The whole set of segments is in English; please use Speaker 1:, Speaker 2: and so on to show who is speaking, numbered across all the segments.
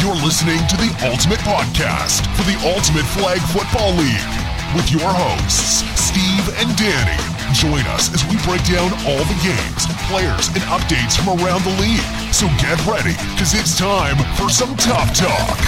Speaker 1: You're listening to the Ultimate Podcast for the Ultimate Flag Football League with your hosts, Steve and Danny. Join us as we break down all the games, players, and updates from around the league. So get ready, because it's time for some Top Talk.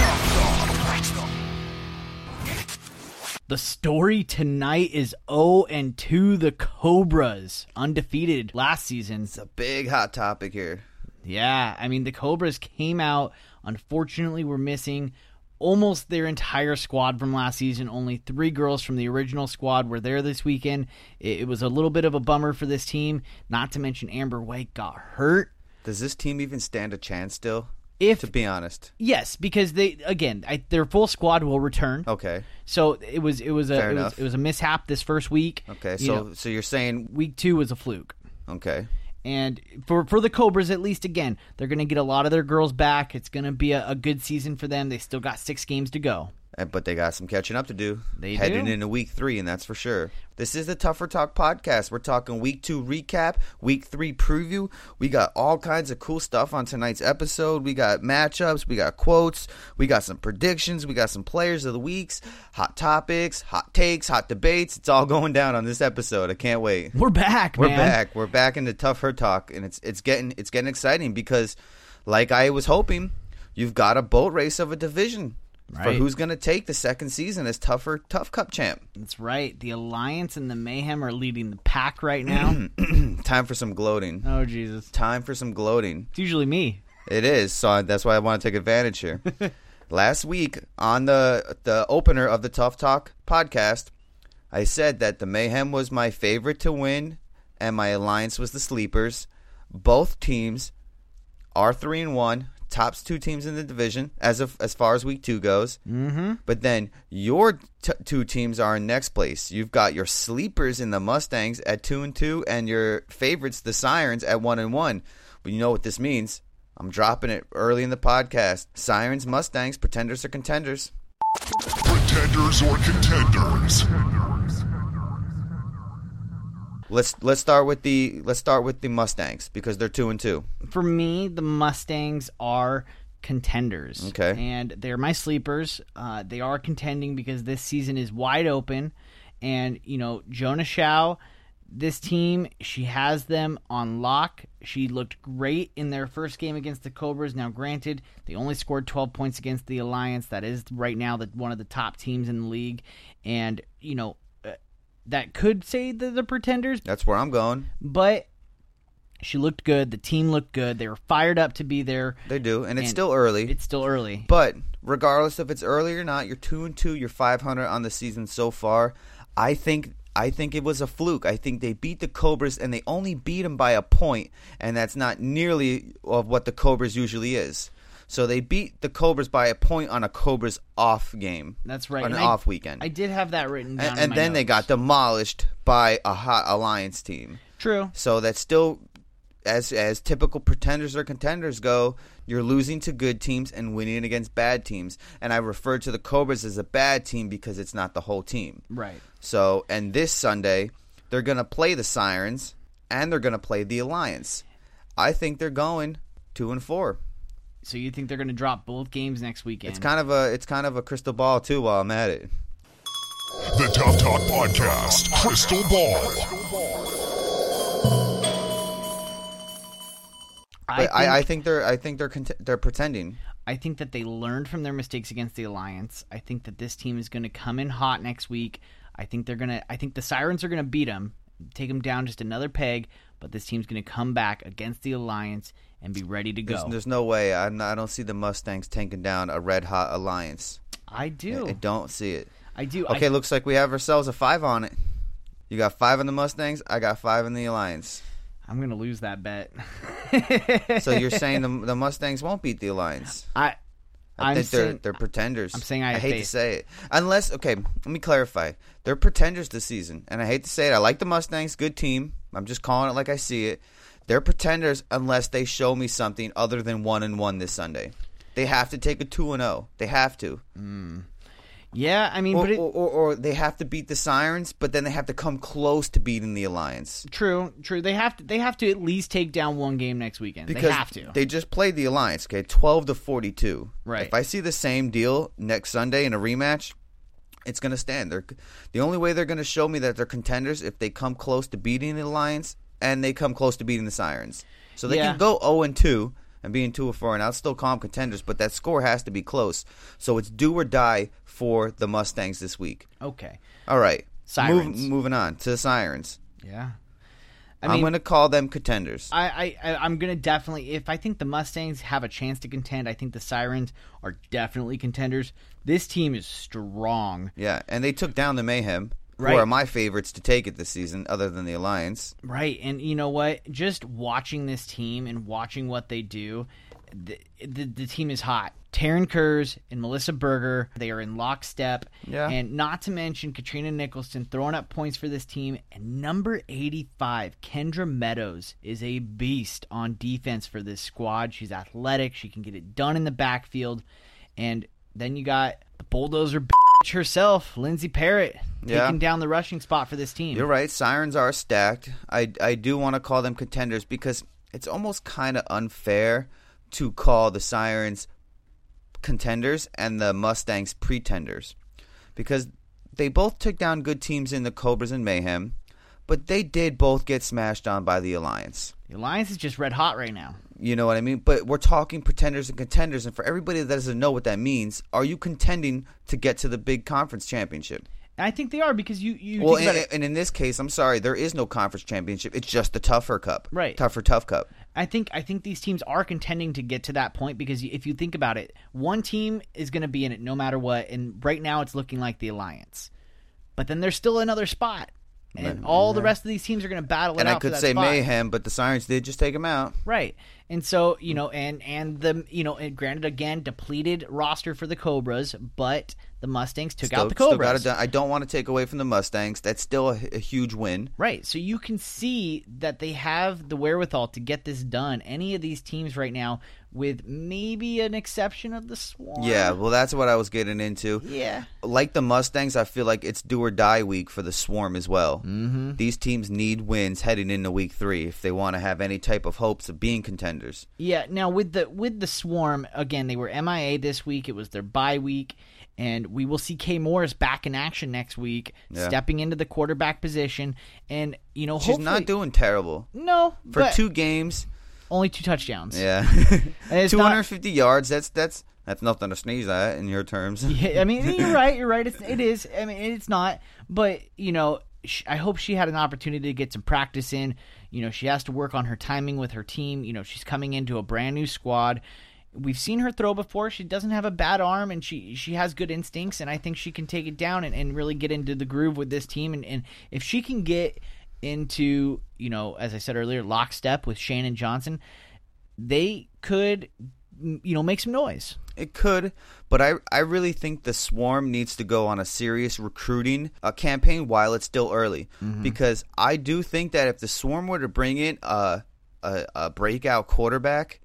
Speaker 2: The story tonight is 0 and 2 the Cobras, undefeated last season.
Speaker 3: It's a big hot topic here.
Speaker 2: Yeah, I mean the Cobras came out. Unfortunately, we're missing almost their entire squad from last season. Only three girls from the original squad were there this weekend. It, it was a little bit of a bummer for this team. Not to mention Amber White got hurt.
Speaker 3: Does this team even stand a chance still?
Speaker 2: If
Speaker 3: To be honest.
Speaker 2: yes, because they again I, their full squad will return.
Speaker 3: Okay.
Speaker 2: So it was it was
Speaker 3: Oh.
Speaker 2: a
Speaker 3: Fair
Speaker 2: it was,
Speaker 3: enough.
Speaker 2: it was a mishap this first week.
Speaker 3: Okay.
Speaker 2: You
Speaker 3: So
Speaker 2: know,
Speaker 3: so you're saying
Speaker 2: week two was a fluke.
Speaker 3: okay.
Speaker 2: And for for the Cobras, at least again, they're going to get a lot of their girls back. It's going to be a, a good season for them. They still got six games to go.
Speaker 3: Uh, But they got some catching up to do.
Speaker 2: They
Speaker 3: heading
Speaker 2: do.
Speaker 3: into week three, and that's for sure. This is the Tougher Talk podcast. We're talking week two recap, week three preview. We got all kinds of cool stuff on tonight's episode. We got matchups, we got quotes, we got some predictions, we got some players of the weeks, hot topics, hot takes, hot debates. It's all going down on this episode. I can't wait.
Speaker 2: We're back,
Speaker 3: We're
Speaker 2: man.
Speaker 3: back. We're back into tougher talk, and it's it's getting it's getting exciting because, like I was hoping, you've got a boat race of a division for
Speaker 2: Right.
Speaker 3: who's going to take the second season as tougher tough cup champ.
Speaker 2: That's right. The Alliance and the Mayhem are leading the pack right now.
Speaker 3: Time for some gloating.
Speaker 2: oh Jesus!
Speaker 3: Time for some gloating.
Speaker 2: It's usually me.
Speaker 3: It is so. I- That's why I want to take advantage here. Last week on the the opener of the Tough Talk podcast, I said that the Mayhem was my favorite to win, and my alliance was the sleepers. Both teams are three and one, tops two teams in the division as of as far as week two goes. Mm-hmm. But then your t- two teams are in next place. You've got your sleepers in the Mustangs at two and two, and your favorites, the Sirens, at one and one. But you know what this means. I'm dropping it early in the podcast. Sirens, Mustangs, pretenders or contenders.
Speaker 1: Pretenders or contenders?
Speaker 3: Let's let's start with the let's start with the Mustangs because they're two and two.
Speaker 2: For me, the Mustangs are contenders.
Speaker 3: Okay.
Speaker 2: And they're my sleepers. Uh, they are contending because this season is wide open, and you know Jonah Shao. This team, she has them on lock. She looked great in their first game against the Cobras. Now, granted, they only scored 12 points against the Alliance. That is right now the, one of the top teams in the league. And, you know, uh, that could say that the pretenders,
Speaker 3: That's where I'm going.
Speaker 2: but she looked good. The team looked good. They were fired up to be there.
Speaker 3: They do, and it's
Speaker 2: And
Speaker 3: still early.
Speaker 2: It's still early.
Speaker 3: But regardless if it's early or not, you're two and two. You're five hundred on the season so far. I think I think it was a fluke. I think they beat the Cobras and they only beat them by a point, and that's not nearly of what the Cobras usually is. So they beat the Cobras by a point on a Cobras off game.
Speaker 2: That's right.
Speaker 3: on an
Speaker 2: And I-
Speaker 3: off weekend.
Speaker 2: I did have that written down.
Speaker 3: and
Speaker 2: in
Speaker 3: and
Speaker 2: my
Speaker 3: then they
Speaker 2: notes.
Speaker 3: got demolished by a hot Alliance team.
Speaker 2: true.
Speaker 3: So that's still as as typical pretenders or contenders go, you're losing to good teams and winning against bad teams. And I refer to the Cobras as a bad team because it's not the whole team.
Speaker 2: Right.
Speaker 3: So and this Sunday, they're gonna play the Sirens and they're gonna play the Alliance. I think they're going two and four.
Speaker 2: So you think they're going to drop both games next weekend?
Speaker 3: It's kind of a it's kind of a crystal ball too while I'm at it.
Speaker 1: The Top Talk Podcast, Crystal Ball.
Speaker 2: I,
Speaker 3: But
Speaker 2: think,
Speaker 3: I, I, think they're I think they're cont- they're pretending.
Speaker 2: I think that they learned from their mistakes against the Alliance. I think that this team is going to come in hot next week. I think they're going to. I think the Sirens are going to beat them, take them down just another peg. But this team's going to come back against the Alliance and be ready to
Speaker 3: There's,
Speaker 2: go.
Speaker 3: there's no way. I'm not, I don't see the Mustangs tanking down a red hot Alliance.
Speaker 2: I do.
Speaker 3: I don't see it.
Speaker 2: I do. I
Speaker 3: Okay, looks like we have ourselves a five on it. You got five on the Mustangs. I got five in the Alliance.
Speaker 2: I'm gonna lose that bet.
Speaker 3: So you're saying the, the Mustangs won't beat the Alliance?
Speaker 2: I,
Speaker 3: I
Speaker 2: I'm
Speaker 3: think they're
Speaker 2: saying-
Speaker 3: they're pretenders.
Speaker 2: I'm saying I have
Speaker 3: hate to
Speaker 2: faith.
Speaker 3: say it. Unless okay, let me clarify. They're pretenders this season, and I hate to say it. I like the Mustangs, good team. I'm just calling it like I see it. They're pretenders unless they show me something oh. other than one and one this Sunday. They have to take a two and zero. They have to.
Speaker 2: Yeah, I mean,
Speaker 3: Or,
Speaker 2: but it,
Speaker 3: or, or, or they have to beat the Sirens, but then they have to come close to beating the Alliance.
Speaker 2: true, true. They have to. They have to at least take down one game next weekend.
Speaker 3: Because
Speaker 2: they have to.
Speaker 3: they just played the Alliance, okay, 12 to 42.
Speaker 2: Right.
Speaker 3: If I see the same deal next Sunday in a rematch, it's going to stand. They're, the only way they're going to show me that they're contenders if they come close to beating the Alliance and they come close to beating the Sirens. So they
Speaker 2: Yeah.
Speaker 3: can go 0 and 2 and being 2 and 4 and I'll still call them contenders, but that score has to be close. So it's do or die for the Mustangs this week.
Speaker 2: okay.
Speaker 3: All right.
Speaker 2: Sirens.
Speaker 3: Move, moving on to the Sirens.
Speaker 2: Yeah.
Speaker 3: I
Speaker 2: mean-
Speaker 3: am going to call them contenders.
Speaker 2: I, I, I- I'm gonna definitely. If I think the Mustangs have a chance to contend, I think the Sirens are definitely contenders. This team is strong,
Speaker 3: Yeah, and they took down the Mayhem,
Speaker 2: Right.
Speaker 3: who are my favorites to take it this season, other than the Alliance.
Speaker 2: right? And you know what? Just watching this team and watching what they do, the the, the team is hot. Taryn Kurz and Melissa Berger, they are in lockstep.
Speaker 3: Yeah.
Speaker 2: And not to mention Katrina Nicholson throwing up points for this team. And number 85, Kendra Meadows, is a beast on defense for this squad. She's athletic. She can get it done in the backfield. And then you got the bulldozer bitch herself, Lindsey Parrott, taking
Speaker 3: Yeah.
Speaker 2: down the rushing spot for this team.
Speaker 3: You're right, Sirens are stacked. I, I do want to call them contenders because it's almost kind of unfair to call the Sirens contenders and the Mustangs pretenders because they both took down good teams in the Cobras and Mayhem, but they did both get smashed on by the Alliance.
Speaker 2: The Alliance is just red hot right now.
Speaker 3: You know what I mean? But we're talking pretenders and contenders, and for everybody that doesn't know what that means, are you contending to get to the big conference championship?
Speaker 2: And I think they are because you, you
Speaker 3: Well,
Speaker 2: think about
Speaker 3: and,
Speaker 2: it.
Speaker 3: and in this case, I'm sorry, there is no conference championship. It's just the tougher cup,
Speaker 2: Right.
Speaker 3: Tougher tough cup.
Speaker 2: I think I think these teams are contending to get to that point because if you think about it, one team is going to be in it no matter what, and right now it's looking like the Alliance. But then there's still another spot, and all the rest of these teams are going to battle it
Speaker 3: And
Speaker 2: out
Speaker 3: I
Speaker 2: for
Speaker 3: could
Speaker 2: that
Speaker 3: say
Speaker 2: spot.
Speaker 3: mayhem, but the Sirens did just take him out.
Speaker 2: right? And so you know, and and the you know, and granted again, depleted roster for the Cobras, but the Mustangs took out the
Speaker 3: Still- still
Speaker 2: Cobras.
Speaker 3: got it done. I don't want to take away from the Mustangs. That's still a, a huge win.
Speaker 2: Right. So you can see that they have the wherewithal to get this done. Any of these teams right now, with maybe an exception of the Swan.
Speaker 3: Yeah, well, that's what I was getting into.
Speaker 2: Yeah.
Speaker 3: Like the Mustangs, I feel like it's do or die week for the Swarm as well. Mm-hmm. These teams need wins heading into week three if they want to have any type of hopes of being contenders.
Speaker 2: Yeah. Now with the with the Swarm again, they were MIA this week. It was their bye week, and we will see Kay Morris back in action next week,
Speaker 3: Yeah.
Speaker 2: stepping into the quarterback position. And you know,
Speaker 3: She's
Speaker 2: hopefully,
Speaker 3: not doing terrible
Speaker 2: no
Speaker 3: for
Speaker 2: but
Speaker 3: two games.
Speaker 2: only two touchdowns.
Speaker 3: Yeah,
Speaker 2: it's
Speaker 3: two
Speaker 2: not-
Speaker 3: hundred fifty yards. That's that's that's nothing to sneeze at in your terms.
Speaker 2: Yeah, I mean, you're right. You're right. It's, it is. I mean, it's not. But you know, sh I hope she had an opportunity to get some practice in. You know, she has to work on her timing with her team. You know, she's coming into a brand new squad. We've seen her throw before. She doesn't have a bad arm, and she she has good instincts. And I think she can take it down and, and really get into the groove with this team. And, and if she can get into you know, as I said earlier, lockstep with Shannon Johnson, they could m- you know make some noise.
Speaker 3: It could, but I I really think the swarm needs to go on a serious recruiting uh, campaign while it's still early, because I do think that if the swarm were to bring in a a, a breakout quarterback,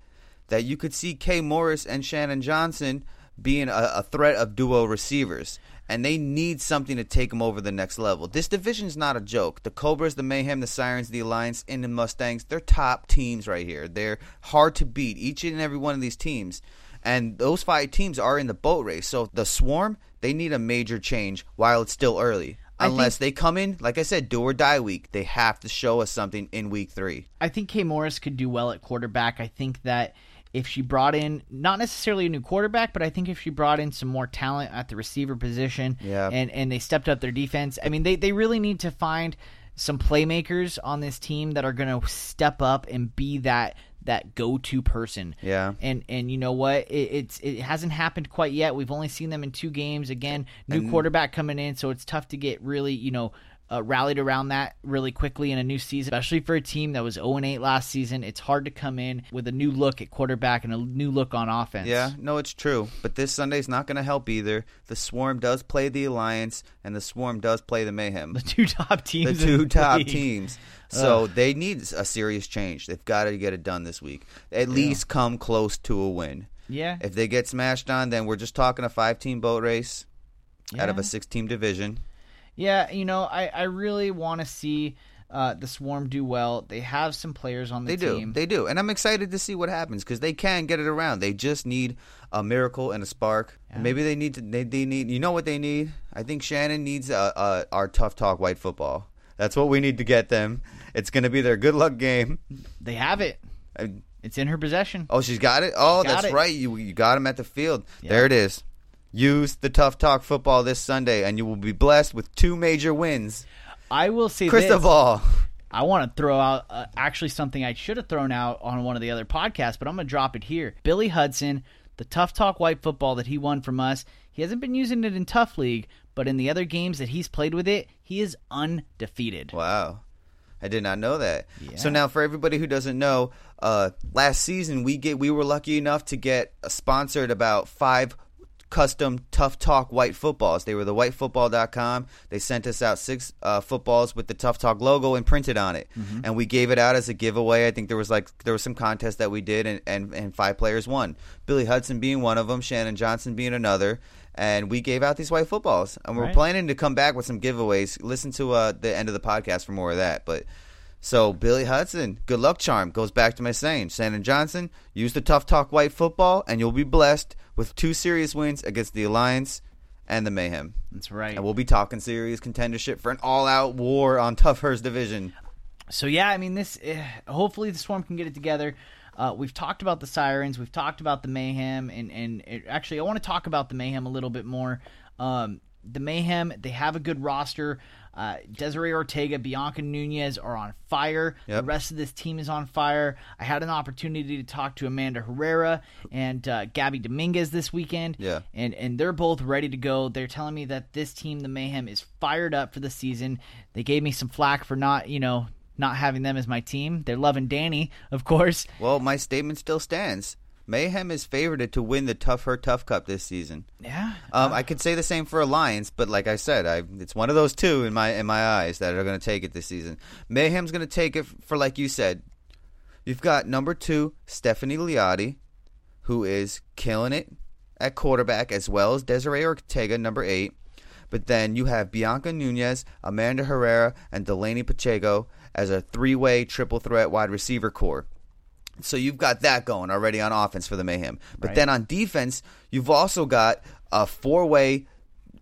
Speaker 3: that you could see Kay Morris and Shannon Johnson being a, a threat of duo receivers. And they need something to take them over the next level. This division's not a joke. The Cobras, the Mayhem, the Sirens, the Alliance, and the Mustangs, they're top teams right here. They're hard to beat, each and every one of these teams. And those five teams are in the boat race. So the Swarm, they need a major change while it's still early.
Speaker 2: think-
Speaker 3: Unless they come in, like I said, do or die week. They have to show us something in week three.
Speaker 2: I think Kay Morris could do well at quarterback. I think that if she brought in not necessarily a new quarterback, but I think if she brought in some more talent at the receiver position
Speaker 3: Yeah.
Speaker 2: and, and they stepped up their defense, I mean they, they really need to find some playmakers on this team that are gonna step up and be that that go to person.
Speaker 3: Yeah.
Speaker 2: And and you know what? It, it's it hasn't happened quite yet. We've only seen them in two games. Again, new quarterback coming in, so it's tough to get really you know uh, rallied around that really quickly in a new season, especially for a team that was 0 8 last season. It's hard to come in with a new look at quarterback and a new look on offense.
Speaker 3: Yeah, no, it's true. But this Sunday's not going to help either. The Swarm does play the Alliance, and the Swarm does play the Mayhem.
Speaker 2: The two top
Speaker 3: The
Speaker 2: teams. in
Speaker 3: two top
Speaker 2: league.
Speaker 3: teams. So they need a serious change. They've got to get it done this week. At least come close to a win.
Speaker 2: Yeah.
Speaker 3: If they get smashed on, then we're just talking a five team boat race. out of
Speaker 2: Yeah.
Speaker 3: a six team division.
Speaker 2: Yeah, you know, I, I really want to see uh, the Swarm do well. They have some players on the
Speaker 3: They do.
Speaker 2: team.
Speaker 3: They do. And I'm excited to see what happens because they can get it around. They just need a miracle and a spark. Maybe they need to. They, they need. You know what they need? I think Shannon needs uh, uh, our tough talk white football. That's what we need to get them. It's going to be their good luck game.
Speaker 2: They have it.
Speaker 3: And-
Speaker 2: It's in her possession.
Speaker 3: oh, she's got it. Oh,
Speaker 2: Got it.
Speaker 3: that's right. You you got him at the field. There it is. Use the tough talk football this Sunday, and you will be blessed with two major wins.
Speaker 2: I will say this.
Speaker 3: Cristobal.
Speaker 2: I want to throw out uh, actually something I should have thrown out on one of the other podcasts, but I'm going to drop it here. Billy Hudson, the Tough Talk White football that he won from us, he hasn't been using it in Tough League, but in the other games that he's played with it, he is undefeated.
Speaker 3: Wow. I did not know that. So
Speaker 2: Yeah.
Speaker 3: now for everybody who doesn't know, uh, last season we get we were lucky enough to get sponsored about 5 custom Tough Talk white footballs. They were the whitefootball.com. They sent us out 6 uh, footballs with the Tough Talk logo imprinted on it. And we gave it out as a giveaway. I think there was like there was some contest that we did and and, and five players won. Billy Hudson being one of them, Shannon Johnson being another. And we gave out these white footballs, and we're
Speaker 2: Right.
Speaker 3: playing planning to come back with some giveaways. Listen to uh, the end of the podcast for more of that. But so Billy Hudson, good luck charm goes back to my saying. Shannon Johnson, use the tough talk white football, and you'll be blessed with two serious wins against the Alliance and the Mayhem.
Speaker 2: That's right.
Speaker 3: And we'll be talking serious contendership for an all-out war on Toughers division.
Speaker 2: so yeah, I mean this. eh, hopefully, the swarm can get it together. Uh, we've talked about the sirens. We've talked about the mayhem, and and it, actually, I want to talk about the mayhem a little bit more. Um, the mayhem. They have a good roster. Uh, Desiree Ortega, Bianca Nunez are on fire. The
Speaker 3: Yep.
Speaker 2: rest of this team is on fire. I had an opportunity to talk to Amanda Herrera and uh, Gabby Dominguez this weekend.
Speaker 3: Yeah.
Speaker 2: and and they're both ready to go. They're telling me that this team, the Mayhem, is fired up for the season. They gave me some flack for not, you know, not having them as my team. They're loving Danny, of course.
Speaker 3: Well, my statement still stands. Mayhem is favored to win the Tougher Tough Cup this season.
Speaker 2: Yeah,
Speaker 3: Um, I could say the same for Alliance, but like I said, I, it's one of those two in my in my eyes that are going to take it this season. Mayhem's going to take it for like you said. You've got number two Stephanie Liotti, who is killing it at quarterback, as well as Desiree Ortega, number eight. But then you have Bianca Nunez, Amanda Herrera, and Delaney Pacheco as a three-way triple threat wide receiver core. So you've got that going already on offense for the Mayhem. But then on defense, you've also got a four way,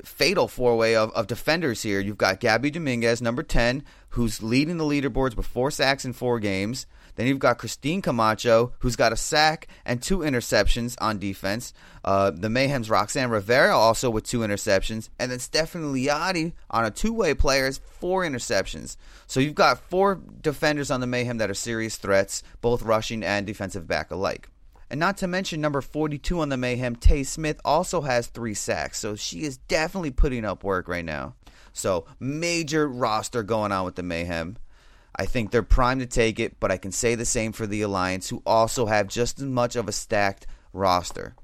Speaker 3: fatal four way of, of defenders here. You've got Gabby Dominguez, number 10, who's leading the leaderboards with four sacks in four games. Then you've got Christine Camacho, who's got a sack and two interceptions on defense. Uh, the Mayhem's Roxanne Rivera also with two interceptions. And then Stephanie Liotti on a two way player has four interceptions. So you've got four defenders on the Mayhem that are serious threats, both rushing and defensive back alike. And not to mention number 42 on the Mayhem, Tay Smith also has three sacks. So she is definitely putting up work right now. So major roster going on with the Mayhem. I think they're primed to take it, but I can say the same for the Alliance, who also have just as much of a stacked roster.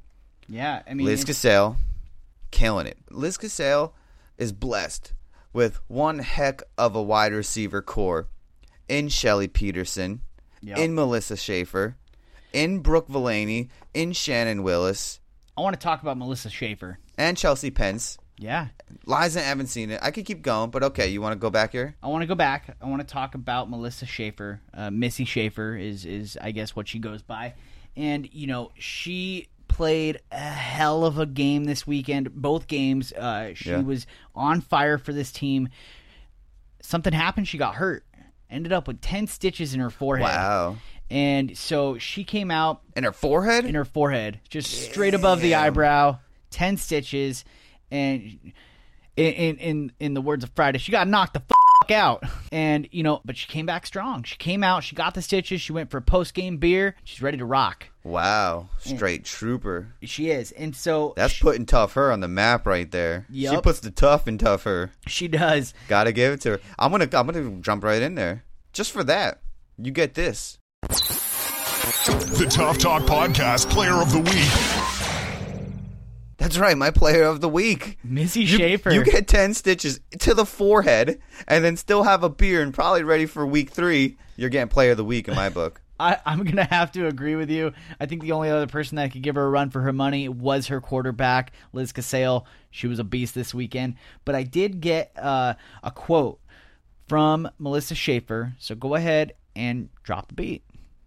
Speaker 2: yeah. I mean,
Speaker 3: Liz
Speaker 2: it's-
Speaker 3: Cassell, killing it. Liz Cassell is blessed with one heck of a wide receiver core in Shelly Peterson,
Speaker 2: Yep.
Speaker 3: in Melissa Schaefer, in Brooke Villaney, in Shannon Willis,
Speaker 2: I want to talk about Melissa Schaefer.
Speaker 3: and Chelsea Pence.
Speaker 2: Yeah,
Speaker 3: Liza, I haven't seen it. I could keep going, but okay, you want to go back here?
Speaker 2: I want to go back. I want to talk about Melissa Schaefer. Uh, Missy Schaefer is is I guess what she goes by, and you know she played a hell of a game this weekend. Both games, uh, she
Speaker 3: Yeah.
Speaker 2: was on fire for this team. Something happened. She got hurt. Ended up with ten stitches in her forehead.
Speaker 3: Wow.
Speaker 2: And so she came out
Speaker 3: In her forehead?
Speaker 2: in her forehead, just straight above the eyebrow, ten stitches, and in in in, in the words of Friday, she got knocked the f- out. And you know, but she came back strong. She came out, she got the stitches, she went for a post game beer. She's ready to rock.
Speaker 3: wow. Straight trooper.
Speaker 2: She is, and so
Speaker 3: That's
Speaker 2: she,
Speaker 3: putting tough her on the map right there. She
Speaker 2: Yup.
Speaker 3: puts the tough in tough her.
Speaker 2: she does.
Speaker 3: Gotta give it to her. I'm gonna I'm gonna jump right in there. Just for that. You get this.
Speaker 1: The Tough Talk Podcast Player of the Week.
Speaker 3: That's right, my player of the week.
Speaker 2: Missy
Speaker 3: You,
Speaker 2: Schaefer.
Speaker 3: you get ten stitches to the forehead and then still have a beer and probably ready for week three. You're getting player of the week in my book.
Speaker 2: I, I'm going to have to agree with you. I think the only other person that could give her a run for her money was her quarterback, Liz Casale. She was a beast this weekend. But I did get uh, a quote from Melissa Schaefer. So go ahead and drop the beat.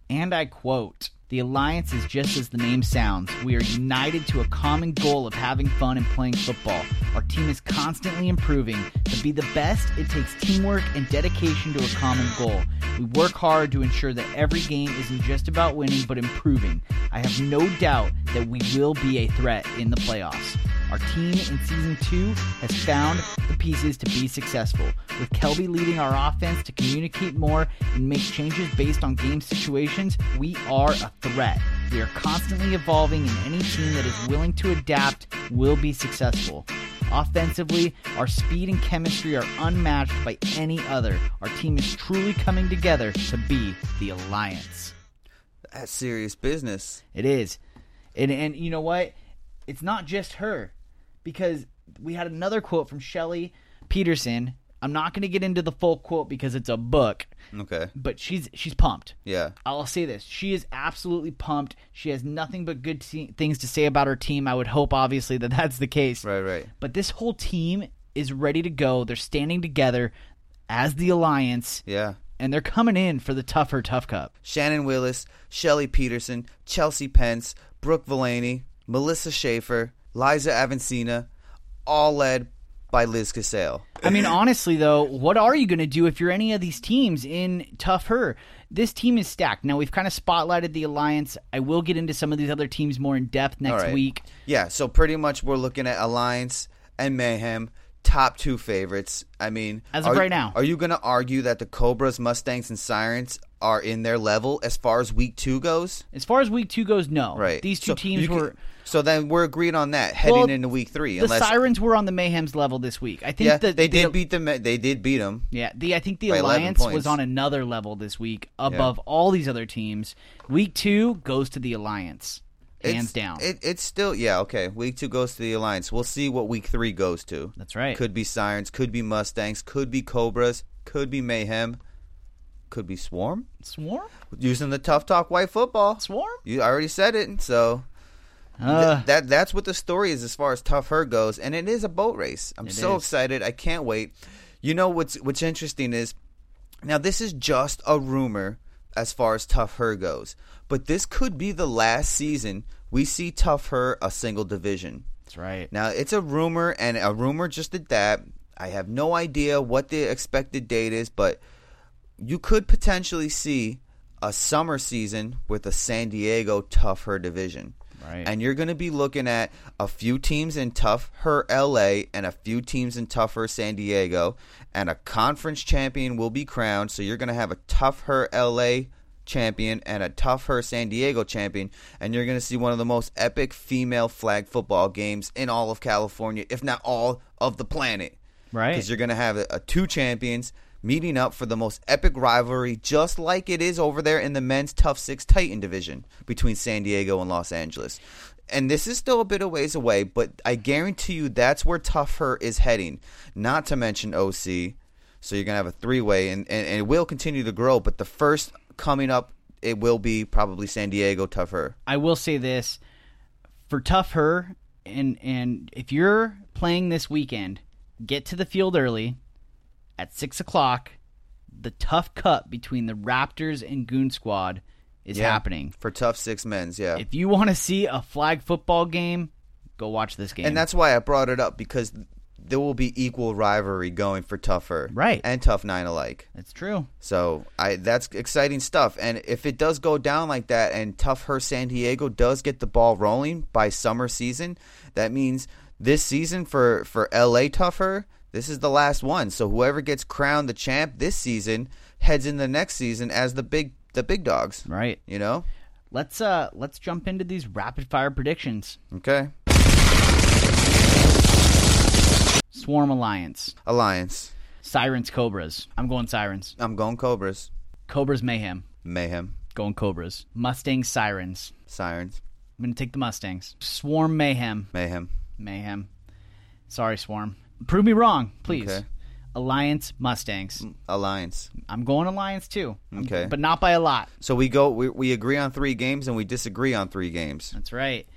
Speaker 2: And I quote The alliance is just as the name sounds. We are united to a common goal of having fun and playing football. Our team is constantly improving. To be the best, it takes teamwork and dedication to a common goal. We work hard to ensure that every game isn't just about winning, but improving. I have no doubt that we will be a threat in the playoffs. Our team in season two has found the pieces to be successful, with Kelby leading our offense to communicate more and make changes based on game situations. We are a threat. We are constantly evolving, and any team that is willing to adapt will be successful. Offensively, our speed and chemistry are unmatched by any other. Our team is truly coming together to be the alliance.
Speaker 3: That's serious business.
Speaker 2: It is. And and you know what? It's not just her because we had another quote from Shelley Peterson. I'm not going to get into the full quote because it's a book,
Speaker 3: Okay.
Speaker 2: but she's she's pumped.
Speaker 3: Yeah.
Speaker 2: I'll say this: she is absolutely pumped. She has nothing but good te- things to say about her team. I would hope, obviously, that that's the case.
Speaker 3: Right, right.
Speaker 2: But this whole team is ready to go. They're standing together as the alliance,
Speaker 3: Yeah.
Speaker 2: and they're coming in for the tougher tough cup.
Speaker 3: Shannon Willis, Shelly Peterson, Chelsea Pence, Brooke Villaney, Melissa Schaefer, Liza Avancina, all led by Liz Casale.
Speaker 2: I mean, honestly, though, what are you going to do if you're any of these teams in tougher? This team is stacked. Now we've kind of spotlighted the alliance. I will get into some of these other teams more in depth next
Speaker 3: right.
Speaker 2: week.
Speaker 3: Yeah, so pretty much we're looking at Alliance and Mayhem, top two favorites. I mean,
Speaker 2: As of
Speaker 3: are-
Speaker 2: right now.
Speaker 3: are you going to argue that the Cobras, Mustangs, and Sirens are in their level as far as Week Two goes?
Speaker 2: As far as week two goes, no.
Speaker 3: Right.
Speaker 2: These two
Speaker 3: So
Speaker 2: teams
Speaker 3: you can-
Speaker 2: were.
Speaker 3: so then we're agreed on that heading
Speaker 2: Well,
Speaker 3: into Week Three,
Speaker 2: The
Speaker 3: unless
Speaker 2: sirens were on the mayhem's level this week. I think
Speaker 3: yeah,
Speaker 2: the,
Speaker 3: they
Speaker 2: the-
Speaker 3: did beat them. They did beat them.
Speaker 2: Yeah, the I think the
Speaker 3: By 11
Speaker 2: alliance was
Speaker 3: points.
Speaker 2: on another level this week above all these other teams. Week two goes to the alliance, hands
Speaker 3: It's-
Speaker 2: down.
Speaker 3: It, it's still yeah okay. Week two goes to the Alliance. We'll see what Week Three goes to.
Speaker 2: That's right.
Speaker 3: Could be Sirens. Could be Mustangs. Could be Cobras. Could be Mayhem. Could be Swarm.
Speaker 2: Swarm,
Speaker 3: Using the tough talk white football.
Speaker 2: swarm.
Speaker 3: You already said it, so
Speaker 2: Uh,
Speaker 3: th- that that's what the story is as far as tough her goes, and it is a boat race. I'm so
Speaker 2: is.
Speaker 3: excited. I can't wait. You know what's what's interesting is now this is just a rumor as far as tough her goes, but this could be the last season we see tough her a single division.
Speaker 2: that's right.
Speaker 3: Now it's a rumor, and a rumor just at that. I have no idea what the expected date is, but you could potentially see a summer season with a San Diego Tough Her division.
Speaker 2: Right.
Speaker 3: And you're going to be looking at a few teams in Tough Her LA and a few teams in Tough Her San Diego, and a conference champion will be crowned. So you're going to have a Tough Her LA champion and a Tough Her San Diego champion, and you're going to see one of the most epic female flag football games in all of California, if not all of the planet.
Speaker 2: Right.
Speaker 3: Because you're going to have a, a two champions meeting up for the most epic rivalry, just like it is over there in the men's Tough Six Titan division between San Diego and Los Angeles. And this is still a bit of ways away, but I guarantee you that's where Tougher is heading. Not to mention OC. So you're going to have a three way, and, and, and it will continue to grow, but the first coming up, it will be probably San Diego Tougher.
Speaker 2: I will say this for tough her and and if you're playing this weekend, get to the field early at six o'clock. The tough cut between the Raptors and Goon Squad is happening.
Speaker 3: For Tough Six Men's, yeah.
Speaker 2: If you want to see a flag football game, go watch this game.
Speaker 3: And that's why I brought it up because there will be equal rivalry going for tougher,
Speaker 2: Right.
Speaker 3: and tough nine alike.
Speaker 2: that's true.
Speaker 3: So I that's exciting stuff. And if it does go down like that, and tough her San Diego does get the ball rolling by summer season, that means this season for for LA tougher. This is the last one. So whoever gets crowned the champ this season heads in the next season as the big the big dogs.
Speaker 2: Right.
Speaker 3: You know.
Speaker 2: Let's uh let's jump into these rapid fire predictions.
Speaker 3: Okay.
Speaker 2: Swarm Alliance,
Speaker 3: Alliance.
Speaker 2: Sirens Cobras. I'm going Sirens.
Speaker 3: I'm going Cobras.
Speaker 2: Cobras Mayhem.
Speaker 3: Mayhem.
Speaker 2: Going Cobras. Mustang Sirens.
Speaker 3: Sirens.
Speaker 2: I'm gonna take the Mustangs. Swarm Mayhem.
Speaker 3: Mayhem.
Speaker 2: Mayhem. Sorry, Swarm. Prove me wrong, please.
Speaker 3: Okay.
Speaker 2: Alliance Mustangs.
Speaker 3: Alliance.
Speaker 2: I'm going Alliance too. I'm-
Speaker 3: Okay.
Speaker 2: But not by a lot.
Speaker 3: So we go. We, we agree on three games and we disagree on three games.
Speaker 2: That's right.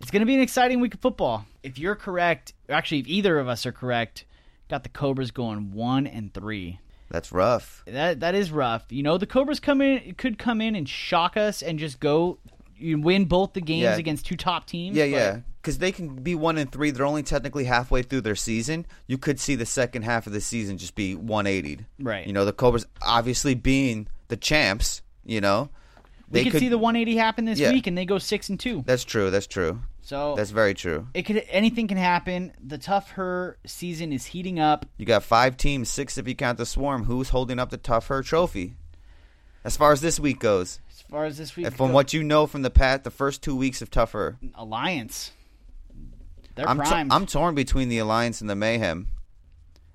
Speaker 2: It's going to be an exciting week of football. If you're correct, or actually, if either of us are correct, got the Cobras going one and three.
Speaker 3: That's rough.
Speaker 2: That that is rough. You know, the Cobras come in could come in and shock us and just go you win both the games
Speaker 3: Yeah.
Speaker 2: against two top teams.
Speaker 3: Yeah,
Speaker 2: but
Speaker 3: yeah. Because they can be one and three. They're only technically halfway through their season. You could see the second half of the season just be 180.
Speaker 2: Right.
Speaker 3: You know, the Cobras obviously being the champs, you know.
Speaker 2: We could, see the 180 happen this
Speaker 3: Yeah.
Speaker 2: week and they go 6 and 2.
Speaker 3: That's true. That's true.
Speaker 2: So
Speaker 3: That's very true.
Speaker 2: it could anything can happen. The tough her season is heating up.
Speaker 3: You got five teams, six if you count the Swarm. Who's holding up the Tough Her Trophy? As far as this week goes,
Speaker 2: As far as this week
Speaker 3: and from
Speaker 2: go-
Speaker 3: what you know from the past, the first two weeks of Tough Her,
Speaker 2: Alliance. They're
Speaker 3: I'm, to-
Speaker 2: primed.
Speaker 3: I'm torn between the Alliance and the Mayhem.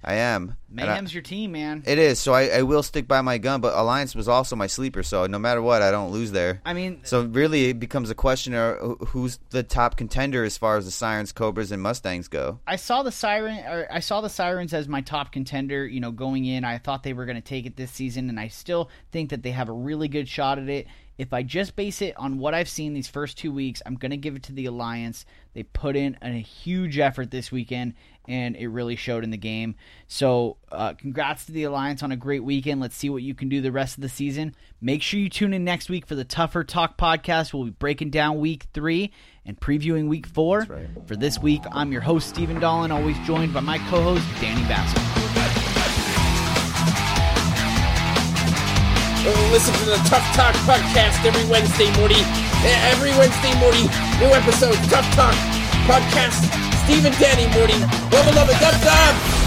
Speaker 3: I am. And I-
Speaker 2: Mayhem's your team, man.
Speaker 3: It is. So I, I will stick by my gun, but Alliance was also my sleeper. So no matter what, I don't lose there.
Speaker 2: I mean,
Speaker 3: so really, it becomes a question of wh- who's the top contender as far as the Sirens, Cobras, and Mustangs go.
Speaker 2: I saw the siren. Or I saw the sirens as my top contender. You know, going in, I thought they were going to take it this season, and I still think that they have a really good shot at it. If I just base it on what I've seen these first two weeks, I'm going to give it to the Alliance. They put in a huge effort this weekend, and it really showed in the game. So, uh, congrats to the Alliance on a great weekend. Let's see what you can do the rest of the season. Make sure you tune in next week for the Tougher Talk podcast. We'll be breaking down week three and previewing week four. For this week, I'm your host, Stephen Dolan, always joined by my co host, Danny Bassel.
Speaker 4: Listen to the Tough Talk podcast every Wednesday, Morty. Eh, Every Wednesday, Morty. New episode, Tough Talk podcast. Steve and Danny, Morty. Love, love, love, love.